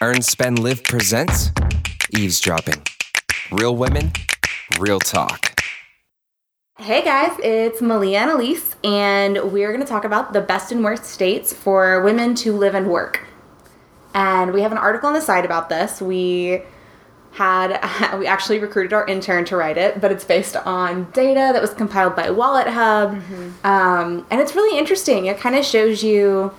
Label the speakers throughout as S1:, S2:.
S1: Earn, Spend, Live presents Eavesdropping. Real women, real talk.
S2: Hey guys, it's Malia and Elise, and we're going to talk about the best and worst states for women to live and work. And we have an article on the site about this. We had we actually recruited our intern to write it, but it's based on data that was compiled by Wallet Hub, um, and it's really interesting. It kind of shows you.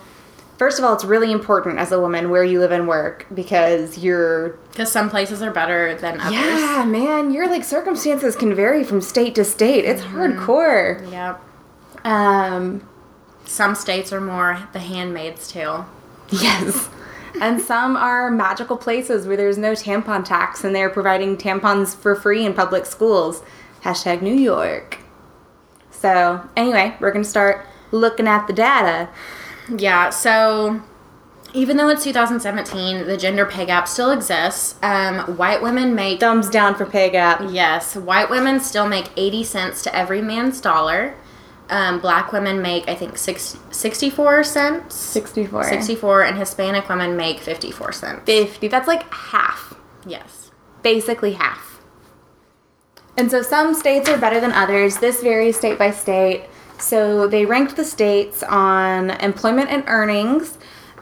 S2: First of all, it's really important as a woman where you live and work because you're
S3: Because some places are better than others.
S2: Yeah, man, your like circumstances can vary from state to state. It's hardcore.
S3: Yep.
S2: Um,
S3: Some states are more the handmaid's tale.
S2: yes. and some are magical places where there's no tampon tax and they're providing tampons for free in public schools. Hashtag New York. So, anyway, we're going to start looking at the data.
S3: Yeah, so even though it's 2017, the gender pay gap still exists. Um, white women make.
S2: Thumbs down for pay gap.
S3: Yes, white women still make 80 cents to every man's dollar. Um, black women make, I think, six, 64 cents.
S2: 64.
S3: 64, and Hispanic women make 54 cents.
S2: 50. That's like half.
S3: Yes.
S2: basically half. And so some states are better than others. This varies state by state. So they ranked the states on employment and earnings.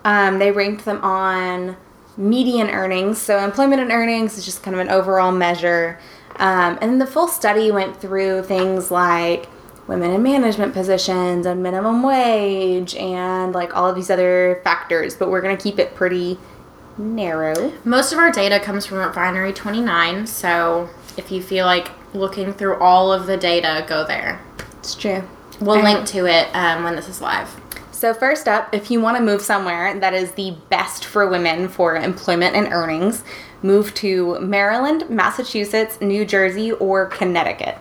S2: Um, they ranked them on median earnings. So employment and earnings is just kind of an overall measure. Um, and the full study went through things like women in management positions and minimum wage and like all of these other factors, but we're going to keep it pretty narrow.
S3: Most of our data comes from Refinery 29, so if you feel like looking through all of the data, go there.
S2: It's true.
S3: We'll link to it um, when this is live.
S2: So, first up, if you want to move somewhere that is the best for women for employment and earnings, move to Maryland, Massachusetts, New Jersey, or Connecticut.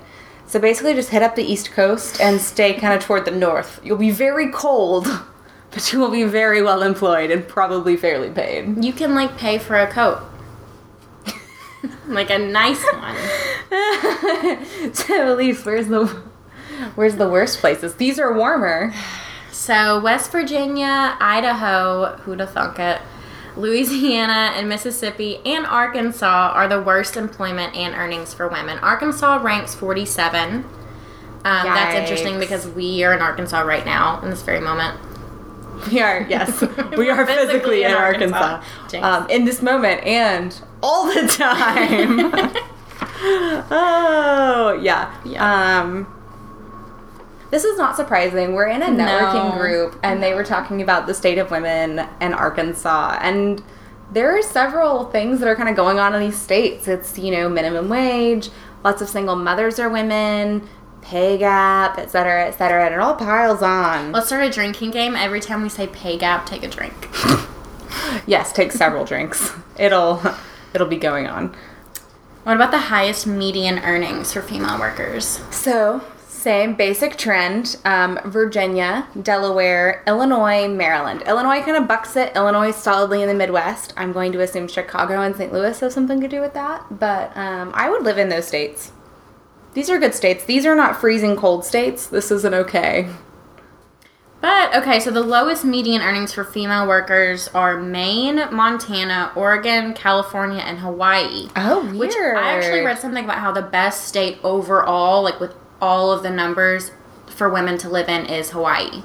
S2: So, basically, just hit up the East Coast and stay kind of toward the north. You'll be very cold, but you will be very well employed and probably fairly paid.
S3: You can like pay for a coat. like a nice one.
S2: So, Elise, where's the where's the worst places? These are warmer.
S3: So, West Virginia, Idaho, who'da thunk it, Louisiana, and Mississippi, and Arkansas are the worst employment and earnings for women. Arkansas ranks 47. Um, that's interesting
S2: Yikes.
S3: because we are in Arkansas right now, in this very moment.
S2: We are, yes. we are physically, in Arkansas.
S3: Ah, Jinx.
S2: Um, in this moment and all the time. oh, yeah.
S3: Yeah.
S2: Um, this is not surprising. We're in a networking
S3: No.
S2: group, and they were talking about the state of women in Arkansas. And there are several things that are kind of going on in these states. It's, you know, minimum wage, lots of single mothers are women. Pay gap, et cetera, et cetera, and it all piles on.
S3: Let's start a drinking game. Every time we say pay gap, take a drink.
S2: Yes, take several drinks. It'll it'll be going on.
S3: What about the highest median earnings for female workers?
S2: So same basic trend: um, Virginia, Delaware, Illinois, Maryland. Illinois kind of bucks it. Illinois is solidly in the Midwest. I'm going to assume Chicago and St. Louis have something to do with that, but um, I would live in those states. These are good states. These are not freezing cold states. This isn't okay.
S3: But okay, so the lowest median earnings for female workers are Maine, Montana, Oregon, California, and Hawaii.
S2: Oh,
S3: Which I actually read something about how the best state overall, like with all of the numbers for women to live in, is Hawaii.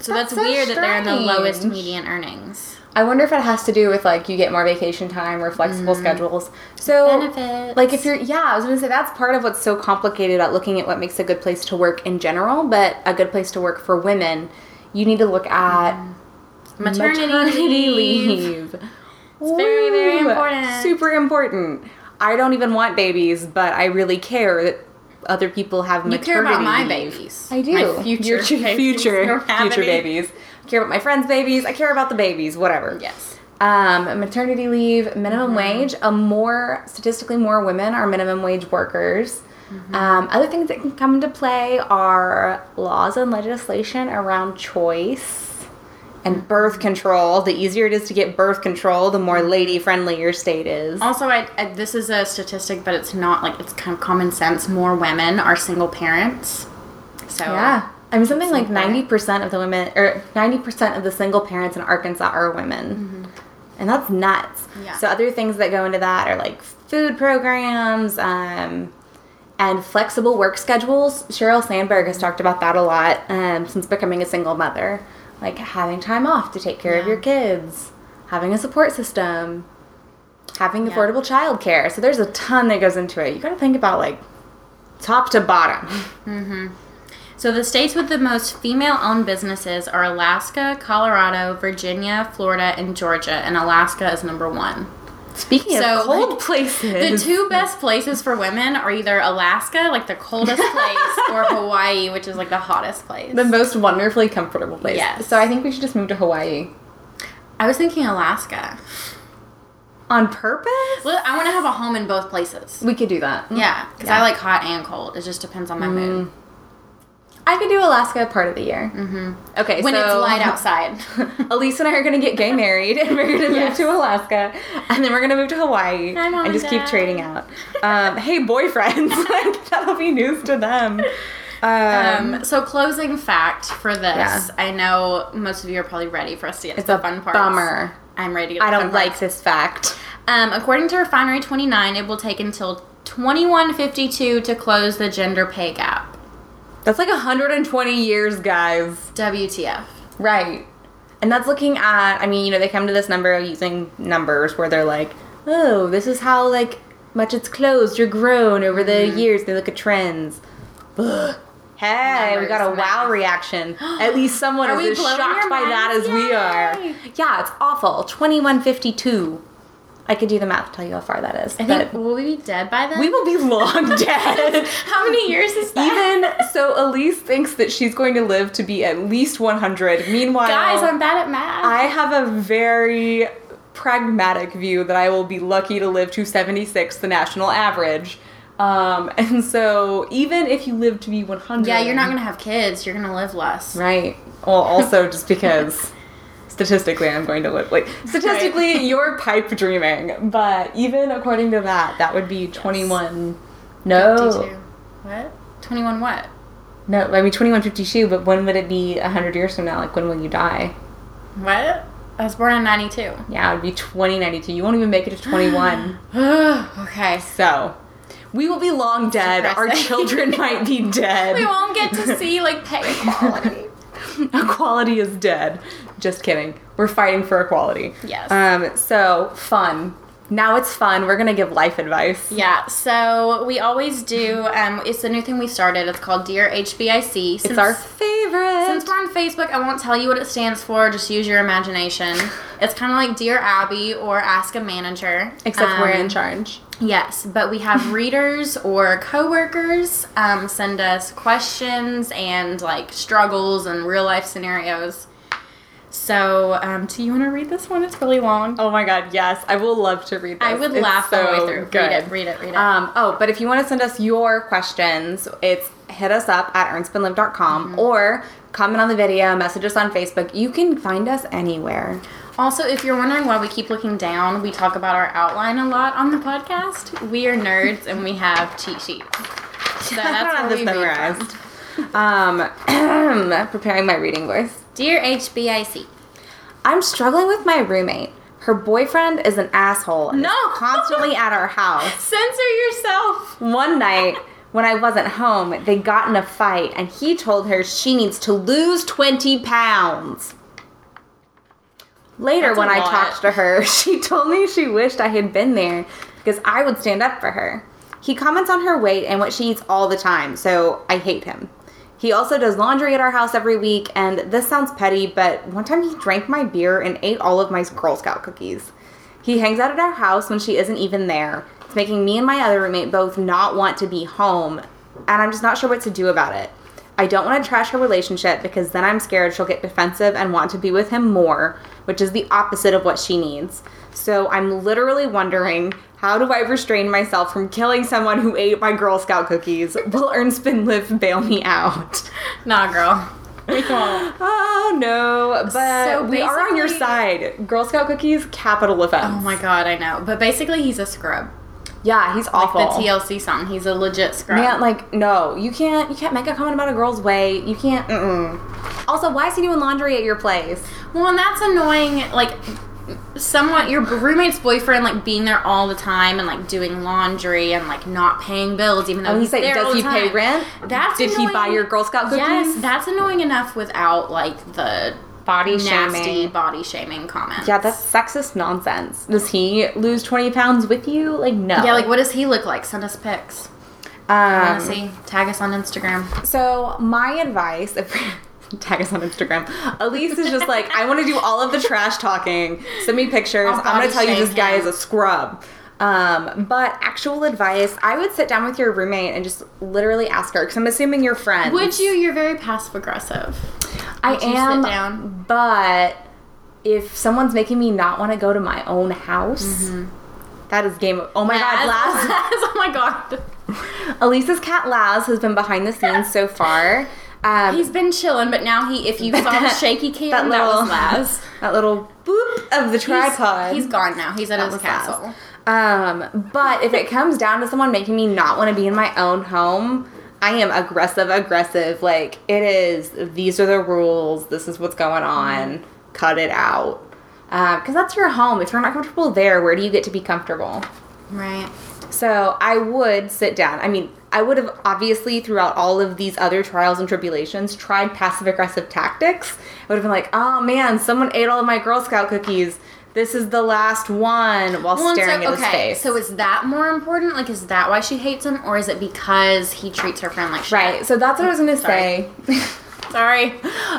S3: So
S2: That's
S3: that's,
S2: so
S3: weird that they're in the lowest
S2: strange.
S3: median earnings.
S2: I wonder if it has to do with like you get more vacation time or flexible schedules. So
S3: Mm. Benefits.
S2: like if you're yeah, I was gonna say that's part of what's so complicated about looking at what makes a good place to work in general, but a good place to work for women, you need to look at
S3: Mm. Maternity, leave.
S2: It's
S3: very, very important.
S2: Super important. I don't even want babies, but I really care that other people have
S3: You
S2: maternity
S3: care about my
S2: leave.
S3: babies.
S2: I do.
S3: My future
S2: Your ch-
S3: babies.
S2: future,
S3: Don't have
S2: future
S3: any.
S2: babies. I care about my friends' babies. I care about the babies. Whatever.
S3: Yes.
S2: Um, maternity leave, minimum wage. A more statistically more women are minimum wage workers. Um, other things that can come into play are laws and legislation around choice and birth control. The easier it is to get birth control, the more lady friendly your state is.
S3: Also, I, I this is a statistic, but it's not like it's kind of common sense. More women are single parents. So
S2: Yeah. I mean, something like
S3: Something.
S2: 90% of the women, or 90% of the single parents in Arkansas are women. and that's nuts.
S3: Mm-hmm. Yeah.
S2: So other things that go into that are like food programs um, and flexible work schedules. Sheryl Sandberg has talked about that a lot um, since becoming a single mother, like having time off to take care of
S3: Yeah.
S2: your kids, having a support system, having
S3: Yeah.
S2: affordable childcare. So there's a ton that goes into it. You got to think about like top to bottom.
S3: So the states with the most female-owned businesses are Alaska, Colorado, Virginia, Florida, and Georgia, and Alaska is number 1.
S2: Speaking
S3: So,
S2: of cold
S3: like, The
S2: places,
S3: two best places for women are either Alaska, like the coldest place, or Hawaii, which is like the hottest place.
S2: the most wonderfully comfortable place.
S3: Yes.
S2: So I think we should just move to Hawaii.
S3: I was thinking Alaska.
S2: On purpose?
S3: Well, I want to have a home in both places.
S2: We could do that.
S3: Yeah, because I
S2: Mm. Yeah. Mm.
S3: like hot and cold. It just depends on my mood.
S2: I could do Alaska part of the year. Mm-hmm. Okay,
S3: When
S2: so
S3: it's light outside.
S2: Elise and I are gonna get gay married, and we're gonna
S3: Yes.
S2: move to Alaska, and then we're gonna move to Hawaii,
S3: Hi, Mom
S2: and
S3: and
S2: just keep
S3: Dad.
S2: trading out. Um, hey, boyfriends, like, that'll be news to them. Um,
S3: um, so closing fact for this,
S2: Yeah.
S3: I know most of you are probably ready for us to get to
S2: It's
S3: the
S2: a
S3: fun part.
S2: bummer.
S3: I'm ready. To get
S2: I
S3: to the
S2: don't
S3: fun
S2: like
S3: parts.
S2: this fact.
S3: Um, according to Refinery 29, it will take until 2152 to close the gender pay gap.
S2: That's like 120 years, guys.
S3: WTF?
S2: Right. And that's looking at, I mean, you know, they come to this number using numbers where they're like, oh, this is how, like, much it's closed or grown over the
S3: Mm-hmm.
S2: years. They look at trends. Ugh. Hey, we got a
S3: Numbers,
S2: wow
S3: math.
S2: reaction. At least someone
S3: Are we
S2: is as
S3: blowing
S2: shocked
S3: your
S2: by that as
S3: minds?
S2: we
S3: Yay!
S2: are. Yeah, it's awful. 2152. I could do the math to tell you how far that is.
S3: I think will we be dead by then?
S2: we will be long dead.
S3: How many years is that?
S2: Even so, Elise thinks that she's going to live to be at least 100. Meanwhile,
S3: Guys, I'm bad at math.
S2: I have a very pragmatic view that I will be lucky to live to 76, the national average. Um, and so even if you live to be 100.
S3: yeah, you're not gonna have kids. You're gonna live less.
S2: Right. Well, also just because statistically I'm going to live. Like, statistically, you're pipe dreaming. But even according to that, that would be 21. No.
S3: 52. What? 21 what?
S2: No, I mean 2152, but when would it be 100 years from now? Like, when will you die?
S3: What? I was born in 92.
S2: Yeah, it would be 2092. You won't even make it to 21.
S3: okay.
S2: So, we will be long dead. Our
S3: depressing.
S2: children might be dead.
S3: We won't get to see like pay equality.
S2: equality is dead. Just kidding. We're fighting for equality.
S3: Yes.
S2: Um. So fun. Now it's fun. We're gonna give life advice.
S3: yeah, so we always do. Um, it's a new thing we started. It's called Dear HBIC. Since,
S2: It's our favorite.
S3: Since we're on Facebook, I won't tell you what it stands for. Just use your imagination. It's kind of like Dear Abby or Ask a Manager.
S2: Except we're
S3: Um,
S2: in charge.
S3: Yes, but we have readers or coworkers um, send us questions and like struggles and real life scenarios. So, um, do you want to read this one? It's really long.
S2: Oh my god, yes. I will love to read this.
S3: I would
S2: It's
S3: laugh all the
S2: so
S3: way through.
S2: good.
S3: Read it, read it, read it.
S2: Um, oh, but if you want to send us your questions, it's hit us up at earnspinlive.com
S3: Mm-hmm.
S2: or comment on the video, message us on Facebook. You can find us anywhere.
S3: also, if you're wondering why we keep looking down, we talk about our outline a lot on the podcast. We are nerds and we have cheat sheets. So that's
S2: I
S3: where
S2: don't have
S3: we
S2: this
S3: read from.
S2: memorized. Um, preparing my reading voice.
S3: Dear HBIC.
S2: I'm struggling with my roommate. Her boyfriend is an asshole. and is
S3: No.
S2: constantly at our house.
S3: Censor yourself.
S2: One night when I wasn't home, they got in a fight, and he told her she needs to lose 20 pounds. Later,
S3: That's a
S2: when I
S3: lot.
S2: talked to her, she told me she wished I had been there because I would stand up for her. He comments on her weight and what she eats all the time, so I hate him. He also does laundry at our house every week, and this sounds petty, but one time he drank my beer and ate all of my Girl Scout cookies. He hangs out at our house when she isn't even there. It's making me and my other roommate both not want to be home, and I'm just not sure what to do about it. I don't want to trash her relationship because then I'm scared she'll get defensive and want to be with him more, which is the opposite of what she needs. So I'm literally wondering how do I restrain myself from killing someone who ate my Girl Scout cookies? Will Ernspin Live bail me out?
S3: Nah, girl. We won't.
S2: Oh no, but
S3: So
S2: we are on your
S3: basically-
S2: side. Girl Scout cookies, capital offense.
S3: Oh my god, I know. But basically, he's a scrub.
S2: Yeah, he's awful.
S3: Like the TLC song. He's a legit scrub.
S2: Man, like no, you can't. You can't make a comment about a girl's weight. You can't. Mm-mm. Also, why is he doing laundry at your place?
S3: well, and that's annoying. Like, somewhat your roommate's boyfriend like being there all the time and like doing laundry and like not paying bills even though
S2: Oh,
S3: he's
S2: he's like,
S3: there all
S2: does
S3: the
S2: he pay
S3: time.
S2: rent?
S3: That's
S2: Did he buy
S3: annoying.
S2: your Girl Scout cookies?
S3: Yes, that's annoying enough without like the
S2: Body
S3: nasty
S2: shaming.
S3: body shaming comments.
S2: Yeah, that's sexist nonsense. Does he lose 20 pounds with you? Like, no.
S3: yeah. Like, what does he look like? Send us pics. I want to
S2: Um,
S3: see. Tag us on Instagram.
S2: so, my advice, if, tag us on Instagram. Elise is just like, I want to do all of the trash talking. Send me pictures.
S3: I'll
S2: I'm going
S3: body
S2: to tell you
S3: Oh, shame
S2: this guy
S3: him.
S2: is a scrub. Um, but actual advice, I would sit down with your roommate and just literally ask her, because I'm assuming you're friends.
S3: Would you? You're very passive aggressive.
S2: I
S3: Would you sit
S2: am,
S3: down?
S2: but if someone's making me not want to go to my own house,
S3: Mm-hmm.
S2: that is game. Of, oh my god, Laz!
S3: oh my god.
S2: Elisa's cat Laz has been behind the scenes so far. Um,
S3: He's been chilling, but now he. If you saw the shaky cam, that,
S2: that little-
S3: was Laz.
S2: that little boop of the tripod.
S3: He's gone now. He's at
S2: That
S3: his
S2: was Laz.
S3: castle.
S2: Um, but if it comes down to someone making me not want to be in my own home, I am aggressive, aggressive. Like it is. These are the rules. This is what's going on. Cut it out. Because that's your home. If you're not comfortable there, where do you get to be comfortable?
S3: Right.
S2: So I would sit down. I mean, I would have obviously throughout all of these other trials and tribulations tried passive aggressive tactics. I would have been like, oh man, someone ate all of my Girl Scout cookies. This is the last one while
S3: Well, and
S2: staring
S3: so,
S2: at his face.
S3: So is that more important? Like, is that why she hates him, or is it because he treats her friend like shit?
S2: right. So that's what I was gonna
S3: Sorry.
S2: say.
S3: Sorry.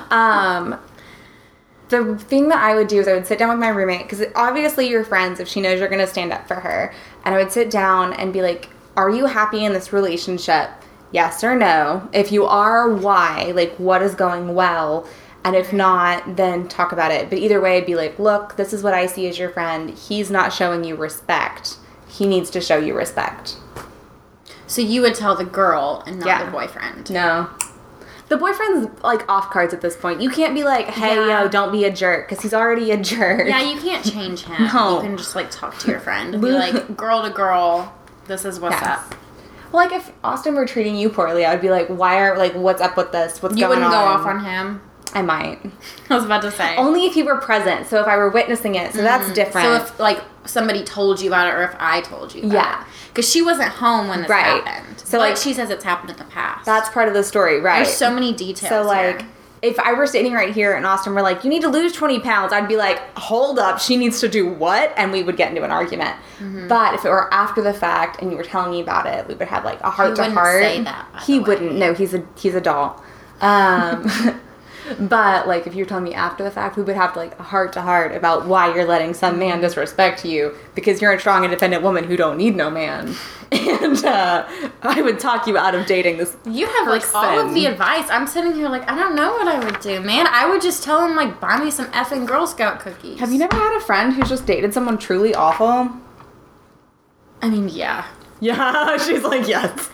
S2: Um, the thing that I would do is I would sit down with my roommate because obviously you're friends if she knows you're going to stand up for her. And I would sit down and be like, Are you happy in this relationship? Yes or no? If you are, why? Like, what is going well? And if not, then talk about it. But either way, be like, Look, this is what I see as your friend. He's not showing you respect. He needs to show you respect.
S3: So you would tell the girl and not
S2: Yeah.
S3: the boyfriend.
S2: No. The boyfriend's like off cards at this point. You can't be like, hey,
S3: Yeah.
S2: yo, don't be a jerk, because he's already a jerk.
S3: Yeah, you can't change him.
S2: No.
S3: You can just like talk to your friend. Be like, girl to girl, this is what's
S2: Yes.
S3: up.
S2: Well, like if Austin were treating you poorly, I would be like, why are, like, what's up with this? What's
S3: You
S2: going
S3: wouldn't
S2: on? Oh,
S3: go off on him.
S2: I might.
S3: I was about to say.
S2: Only if he were present. So if I were witnessing it, so that's different.
S3: Mm. so if like somebody told you about it, or if I told you, about
S2: Yeah.
S3: because she wasn't home when this
S2: Right.
S3: happened. So
S2: So,
S3: like
S2: like-
S3: she says, it's happened in the past.
S2: that's part of the story, right?
S3: there's so many details.
S2: So like,
S3: here.
S2: if I were sitting right here and Austin were like, "You need to lose twenty pounds," I'd be like, "Hold up, she needs to do what?" And we would get into an argument.
S3: Mm-hmm.
S2: But if it were after the fact and you were telling me about it, we would have like a heart to
S3: wouldn't
S2: heart.
S3: say that, by
S2: He
S3: the way.
S2: wouldn't. No, he's a he's a doll. Um, but like, if you're telling me after the fact, we would have like a heart to heart about why you're letting some
S3: Mm-hmm.
S2: man disrespect you because you're a strong, independent woman who don't need no man. And uh, I would talk you out of dating this
S3: You have like all of
S2: person.
S3: the advice. I'm sitting here like I don't know what I would do, man. I would just tell him like buy me some effing Girl Scout cookies.
S2: Have you never had a friend who's just dated someone truly awful?
S3: I mean, yeah.
S2: Yeah, she's like, yes.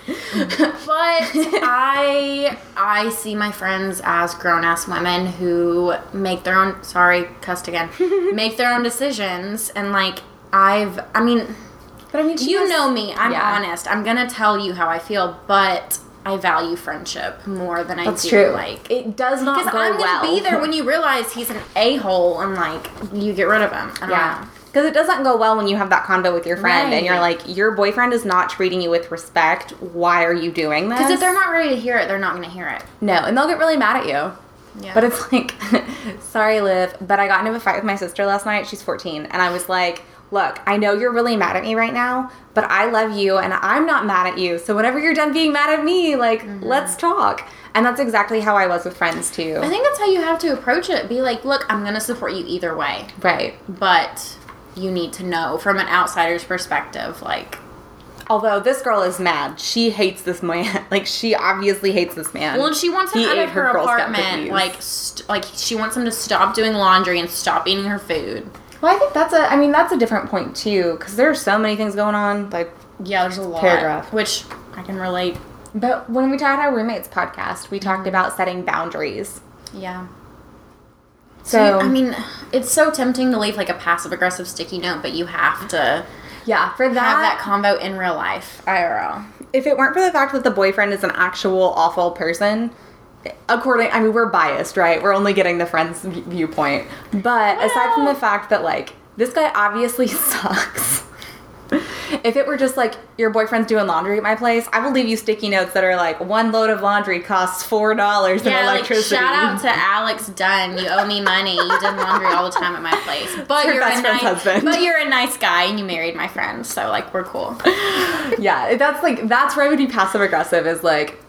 S3: But I I see my friends as grown ass women who make their own sorry cussed again make their own decisions and like I've I mean
S2: But I mean, she
S3: you
S2: has-
S3: know me I'm
S2: Yeah.
S3: honest I'm gonna tell you how I feel but I value friendship more than I
S2: That's
S3: do
S2: true.
S3: like
S2: it does not
S3: Because
S2: go
S3: I'm gonna
S2: well.
S3: be there when you realize he's an a hole and like you get rid of him. I don't
S2: yeah.
S3: know.
S2: Because it doesn't go well when you have that convo with your friend
S3: Right.
S2: and you're like, your boyfriend is not treating you with respect. Why are you doing this?
S3: Because if they're not ready to hear it, they're not gonna hear it.
S2: No, and they'll get really mad at you.
S3: Yeah.
S2: But it's like, sorry, Liv, but I got into a fight with my sister last night. She's 14. And I was like, look, I know you're really mad at me right now, but I love you and I'm not mad at you. So whenever you're done being mad at me, like,
S3: Mm-hmm.
S2: let's talk. And that's exactly how I was with friends too.
S3: I think that's how you have to approach it. Be like, look, I'm gonna support you either way,
S2: right.
S3: but you need to know from an outsider's perspective, like.
S2: Although this girl is mad. She hates this man. Like, she obviously hates this man.
S3: Well, and she wants him
S2: He
S3: out
S2: ate
S3: of her,
S2: her Girl Scout
S3: apartment.
S2: cookies.
S3: Like, st- like she wants him to stop doing laundry and stop eating her food.
S2: well, I think that's a, I mean, that's a different point too, because there are so many things going on. Like,
S3: Yeah, there's a lot.
S2: Paragraph.
S3: Which I can relate.
S2: but when we talked about our roommates podcast, we talked about setting boundaries.
S3: Yeah.
S2: So,
S3: I mean, it's so tempting to leave like a passive aggressive sticky note, but you have to
S2: yeah, for that,
S3: have that convo in real life, IRL.
S2: if it weren't for the fact that the boyfriend is an actual awful person, according, I mean, we're biased, right? We're only getting the friend's v- viewpoint. But aside from the fact that, like, this guy obviously sucks. if it were just like your boyfriend's doing laundry at my place, I will leave you sticky notes that are like one load of laundry costs four dollars in
S3: Yeah, like
S2: electricity.
S3: shout out to Alex Dunn. You owe me money. You did laundry all the time at my place, but
S2: Her
S3: you're
S2: best
S3: a nice,
S2: friend's husband.
S3: but you're a nice guy and you married my friend, so like we're cool.
S2: yeah, that's like that's where I would be passive aggressive is like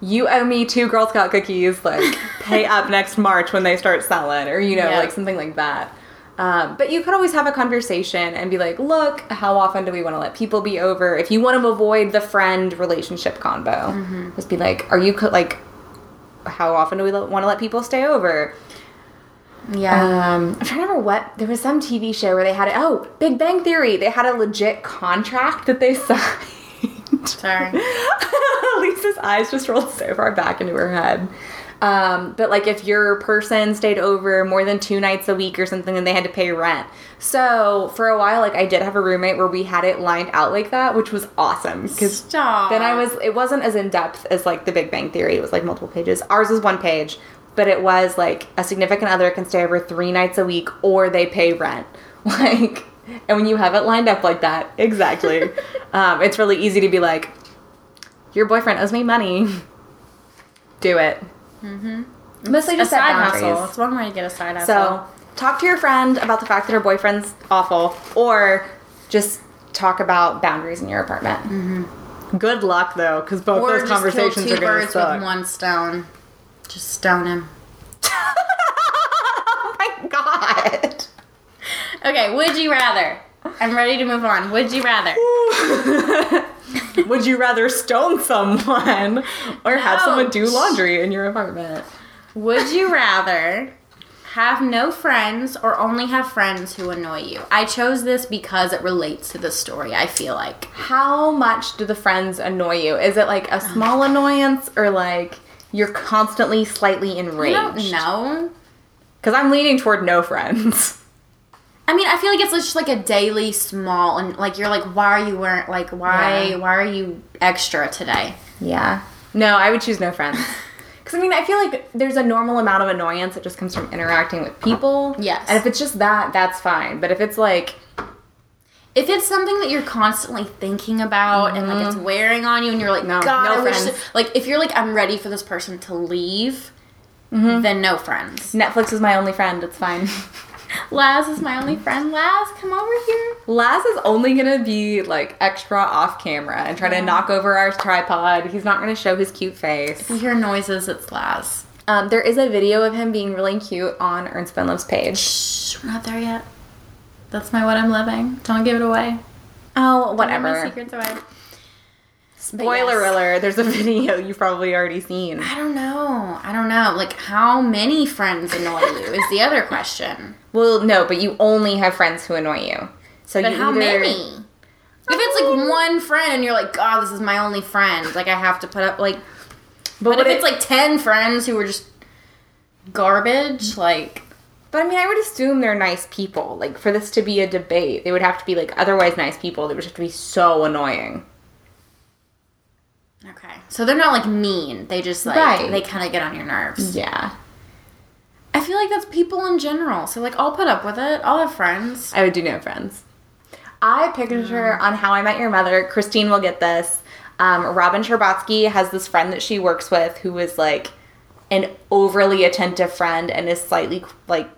S2: you owe me two Girl Scout cookies, like pay up next March when they start selling, or you know,
S3: Yeah.
S2: like something like that. Um, but you could always have a conversation and be like, look, how often do we want to let people be over? If you want to avoid the friend relationship combo, just be like, are you co- like, how often do we want to let people stay over?
S3: Yeah,
S2: Um, I'm trying to remember what there was some TV show where they had a, oh Big Bang Theory. They had a legit contract that they signed.
S3: sorry.
S2: Lisa's eyes just rolled so far back into her head. Um, but like if your person stayed over more than two nights a week or something, then they had to pay rent. So for a while, like I did have a roommate where we had it lined out like that, which was awesome because
S3: Stop.
S2: then I was it wasn't as in depth as like the Big Bang Theory. It was like multiple pages. Ours was one page, but it was like a significant other can stay over three nights a week or they pay rent. Like, and when you have it lined up like that, exactly, um, it's really easy to be like, your boyfriend owes me money. Do it. Mm-hmm. Mostly
S3: a
S2: just set
S3: side
S2: boundaries.
S3: hustle. It's one way to get a side hustle.
S2: So talk to your friend about the fact that her boyfriend's awful, or just talk about boundaries in your apartment. Mm-hmm. Good luck though, because both
S3: or
S2: those
S3: just kill
S2: conversations
S3: two
S2: are going to
S3: birds
S2: suck.
S3: with one stone. Just stone him.
S2: oh my god!
S3: Okay, would you rather? I'm ready to move on. Would you rather?
S2: Would you rather stone someone or have someone do
S3: Ouch.
S2: laundry in your apartment?
S3: Would you rather have no friends or only have friends who annoy you? I chose this because it relates to the story, I feel like.
S2: How much do the friends annoy you? Is it like a small annoyance or like you're constantly slightly
S3: I
S2: enraged?
S3: don't know.
S2: Because I'm leaning toward no friends.
S3: I mean, I feel like it's just like a daily small and like you're like, why are you weren't like why
S2: Yeah.
S3: why are you extra today?
S2: Yeah. No, I would choose no friends. Because I mean, I feel like there's a normal amount of annoyance that just comes from interacting with people.
S3: Yes.
S2: And if it's just that, that's fine. But if it's like,
S3: If it's something that you're constantly thinking about and like it's wearing on you and you're like,
S2: No,
S3: God,
S2: no
S3: I wish
S2: friends.
S3: that-" like if you're like, I'm ready for this person to leave, then no friends.
S2: Netflix is my only friend, it's fine.
S3: Laz is my only friend. Laz, come over here.
S2: Laz is only gonna be like extra off camera and try to knock over our tripod. He's not gonna show his cute face.
S3: You hear noises, it's Laz.
S2: Um, there is a video of him being really cute on Ernst Benlove's page.
S3: Shh, we're not there yet. That's my what I'm living. Don't give it away.
S2: Oh,
S3: Give my
S2: whatever.
S3: secrets away.
S2: Spoiler
S3: yes.
S2: alert, there's a video you've probably already seen.
S3: I don't know. I don't know. Like, how many friends annoy you is the other question.
S2: Well, no, but you only have friends who annoy you. So
S3: But
S2: you
S3: how
S2: either- Um,
S3: many? If it's like one friend and you're like, God, this is my only friend, like I have to put up like. But,
S2: what
S3: if
S2: it-
S3: it's like ten friends who are just garbage, like
S2: But I mean, I would assume they're nice people. Like for this to be a debate, they would have to be like otherwise nice people. They would have to be so annoying.
S3: okay, so they're not like mean. They just like
S2: Right.
S3: they kind of get on your nerves.
S2: Yeah,
S3: I feel like that's people in general. So like I'll put up with it. I'll have friends.
S2: I would do no friends. I pictured her on How I Met Your Mother. Christine will get this. Um, Robin Scherbatsky has this friend that she works with who is like an overly attentive friend and is slightly like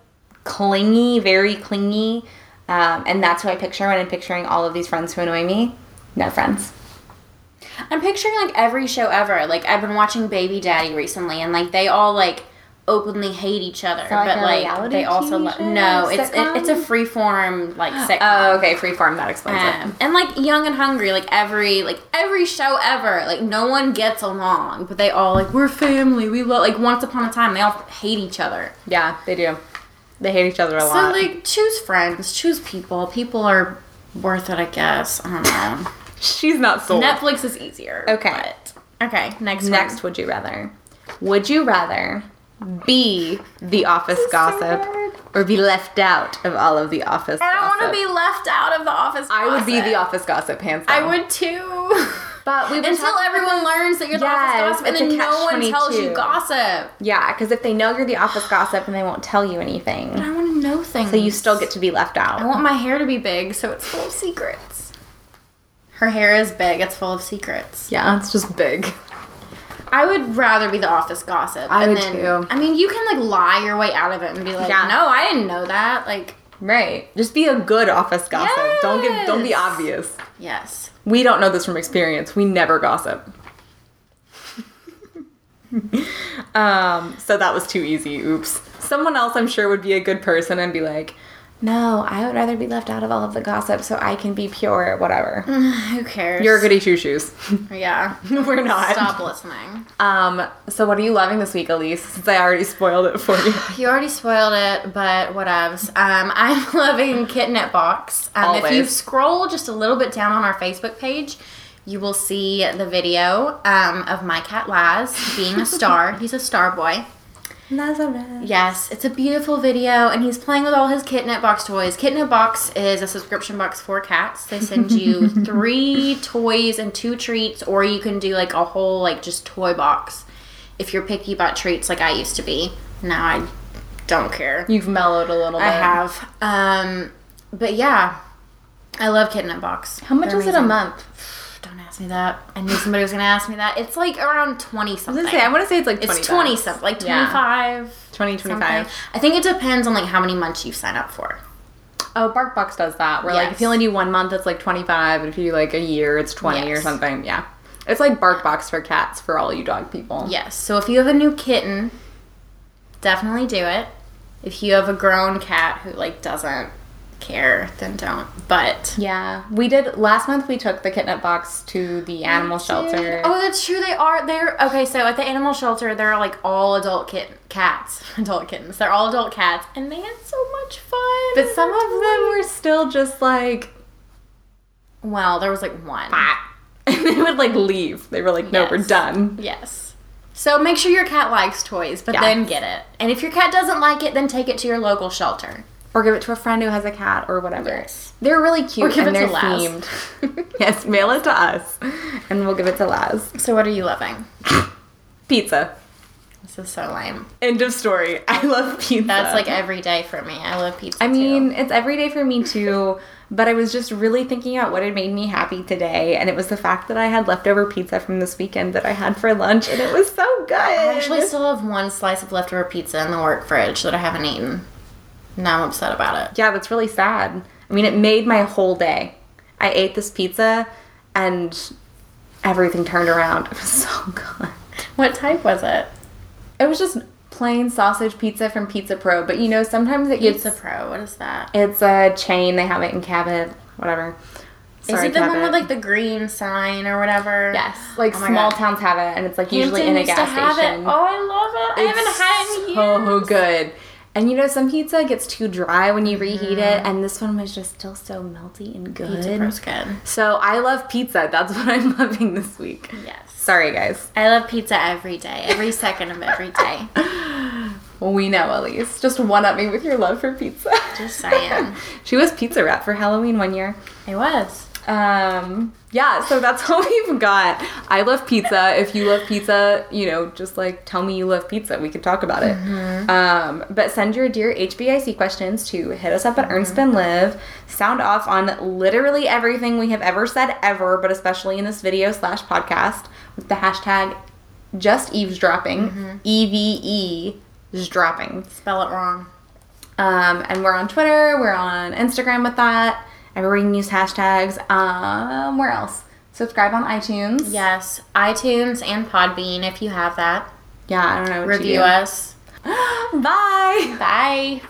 S2: clingy, very clingy. Um, and that's who I picture when I'm picturing all of these friends who annoy me. No friends.
S3: I'm picturing like every show ever. Like I've been watching Baby Daddy recently, and like they all like openly hate each other,
S2: that like
S3: but
S2: a
S3: like
S2: reality
S3: they also
S2: TV
S3: lo-
S2: show?
S3: no. It's
S2: Sitcom?
S3: it, it's a free form like sitcom.
S2: Oh, okay. Freeform. That explains
S3: Um, and like Young and Hungry, like every like every show ever, like no one gets along, but they all like we're family. We love like Once Upon a Time, they all hate each other.
S2: it. Yeah, they do. They hate each other a
S3: So
S2: lot.
S3: like choose friends, choose people. People are worth it, I guess. I don't know.
S2: She's not sold.
S3: Netflix is easier.
S2: Okay.
S3: but- Okay. Next. one.
S2: Next, would you rather? Would you rather be the office gossip
S3: hard.
S2: or be left out of all of the office?
S3: I don't want
S2: gossip?
S3: to be left out of the office.
S2: I would be the
S3: gossip.
S2: office gossip, hands
S3: I
S2: down.
S3: would too.
S2: But we were
S3: Until
S2: talking-
S3: everyone learns that you're the
S2: Yes,
S3: office gossip, and
S2: it's a
S3: then no one tells you
S2: catch-22.
S3: gossip.
S2: Yeah, because if they know you're the office gossip and they won't tell you anything.
S3: I want to know know things.
S2: So you still get to be left
S3: I
S2: out.
S3: want my hair to be big, so it's full of secrets. Her hair is big. It's full of secrets.
S2: Yeah, it's just big.
S3: I would rather be the office gossip.
S2: I
S3: and
S2: would
S3: then,
S2: too.
S3: I mean, you can like lie your way out of it and be like,
S2: Yeah.
S3: no, I didn't know that. Like,
S2: Right. Just be a good office gossip. Don't give don't be
S3: Yes.
S2: obvious.
S3: yes.
S2: We don't know this from experience. We never gossip. um, so that was too easy. Oops. Someone else I'm sure would be a good person and be like, "No, I would rather be left out of all of the gossip so I can be pure, whatever."
S3: Who cares?
S2: You're goody two shoes.
S3: Yeah.
S2: We're not.
S3: Stop listening.
S2: Um, so what are you loving this week, Elise? Since I already spoiled it for you.
S3: You already spoiled it, but whatevs. Um, I'm loving Kitnet Box. Um, If you
S2: Always.
S3: scroll just a little bit down on our Facebook page, you will see the video um, of my cat Laz being a star. he's a star boy.
S2: Nazareth.
S3: Yes, it's a beautiful video, and he's playing with all his Kitnet Box toys. Kitnet Box is a subscription box for cats. They send you three toys and two treats, or you can do like a whole like just toy box if you're picky about treats, like I used to be. Now I don't care.
S2: You've mellowed a little bit.
S3: I have. Um, but yeah, I love Kitnet Box.
S2: How much
S3: They're
S2: is it a
S3: amazing.
S2: month?
S3: Don't ask me that. I knew somebody was gonna ask me that. It's like around twenty
S2: I
S3: something.
S2: was gonna say, I want to say it's like 20
S3: it's twenty
S2: bucks.
S3: something, like
S2: Yeah.
S3: twenty five.
S2: 20, 25.
S3: I think it depends on like how many months you sign up for.
S2: Oh, BarkBox does that. Where like if
S3: Yes.
S2: you only do one month, it's like twenty five, and if you do like a year, it's twenty or
S3: Yes.
S2: something. Yeah, it's like BarkBox for cats for all you dog people.
S3: Yes. So if you have a new kitten, definitely do it. If you have a grown cat who like doesn't care, then don't. But
S2: yeah. We did last month. We took the kitnet box to the animal shelter.
S3: Oh, that's true. They are. They're okay. So at the animal shelter, they're like all adult kitten cats, adult kittens. They're all adult cats, and they had so much fun.
S2: but some of them were still just like
S3: well, there was like one.
S2: ah, and they would like leave. They were like, no, we're
S3: Yes.
S2: done.
S3: Yes. So make sure your cat likes toys, but
S2: Yeah.
S3: then get it. And if your cat doesn't like it, then take it to your local shelter.
S2: Or give it to a friend who has a cat or whatever.
S3: Yes.
S2: They're really cute
S3: Or give
S2: and
S3: it to
S2: they're
S3: Laz.
S2: themed. yes, mail it to us, and we'll give it to Laz.
S3: So what are you loving?
S2: Pizza.
S3: This is so lame.
S2: End of story. I love pizza.
S3: That's like every day for me. I love pizza.
S2: I mean,
S3: too.
S2: it's every day for me too, but I was just really thinking about what had made me happy today, and it was the fact that I had leftover pizza from this weekend that I had for lunch, and it was so good.
S3: I actually still have one slice of leftover pizza in the work fridge that I haven't eaten. Now I'm upset about it.
S2: yeah, that's really sad. I mean, it made my whole day. I ate this pizza, and everything turned around. It was so good.
S3: What type was it?
S2: It was just plain sausage pizza from Pizza Pro, but you know, sometimes it gets
S3: Pizza Pro. What is that?
S2: it's a chain. They have it in Cabot, whatever.
S3: Is
S2: Sorry,
S3: it the one
S2: Cabot.
S3: with like the green sign or whatever?
S2: Yes, like
S3: Oh my
S2: small
S3: God.
S2: towns have it, and it's like usually
S3: Hampton
S2: in a
S3: used
S2: gas
S3: to have
S2: station.
S3: It. Oh, I love it. I haven't had it in
S2: so
S3: years.
S2: good. And you know, some pizza gets too dry when you reheat it, and this one was just still so melty and good.
S3: Mm-hmm. Pizza Pro's good.
S2: So I love pizza. That's what I'm loving this week.
S3: Yes.
S2: Sorry, guys.
S3: I love pizza every day, every second of every day.
S2: We know Elise. Just one up me with your love for pizza.
S3: Just saying.
S2: she was pizza wrap for Halloween one year.
S3: It was.
S2: Um, yeah, so that's all we've got. I love pizza. If you love pizza, you know, just like tell me you love pizza. We could talk about it. Um, but send your dear HBIC questions to hit us up at Earn Spin Live. Sound off on literally everything we have ever said ever, but especially in this video slash podcast with the hashtag just eavesdropping, E V E dropping.
S3: Spell it wrong.
S2: Um, and we're on Twitter, we're on Instagram with that. Everybody can use hashtags. Um, where else? Subscribe on iTunes.
S3: Yes. iTunes and Podbean if you have that.
S2: Yeah, I don't know. What
S3: Review
S2: you
S3: us.
S2: do. Bye.
S3: Bye.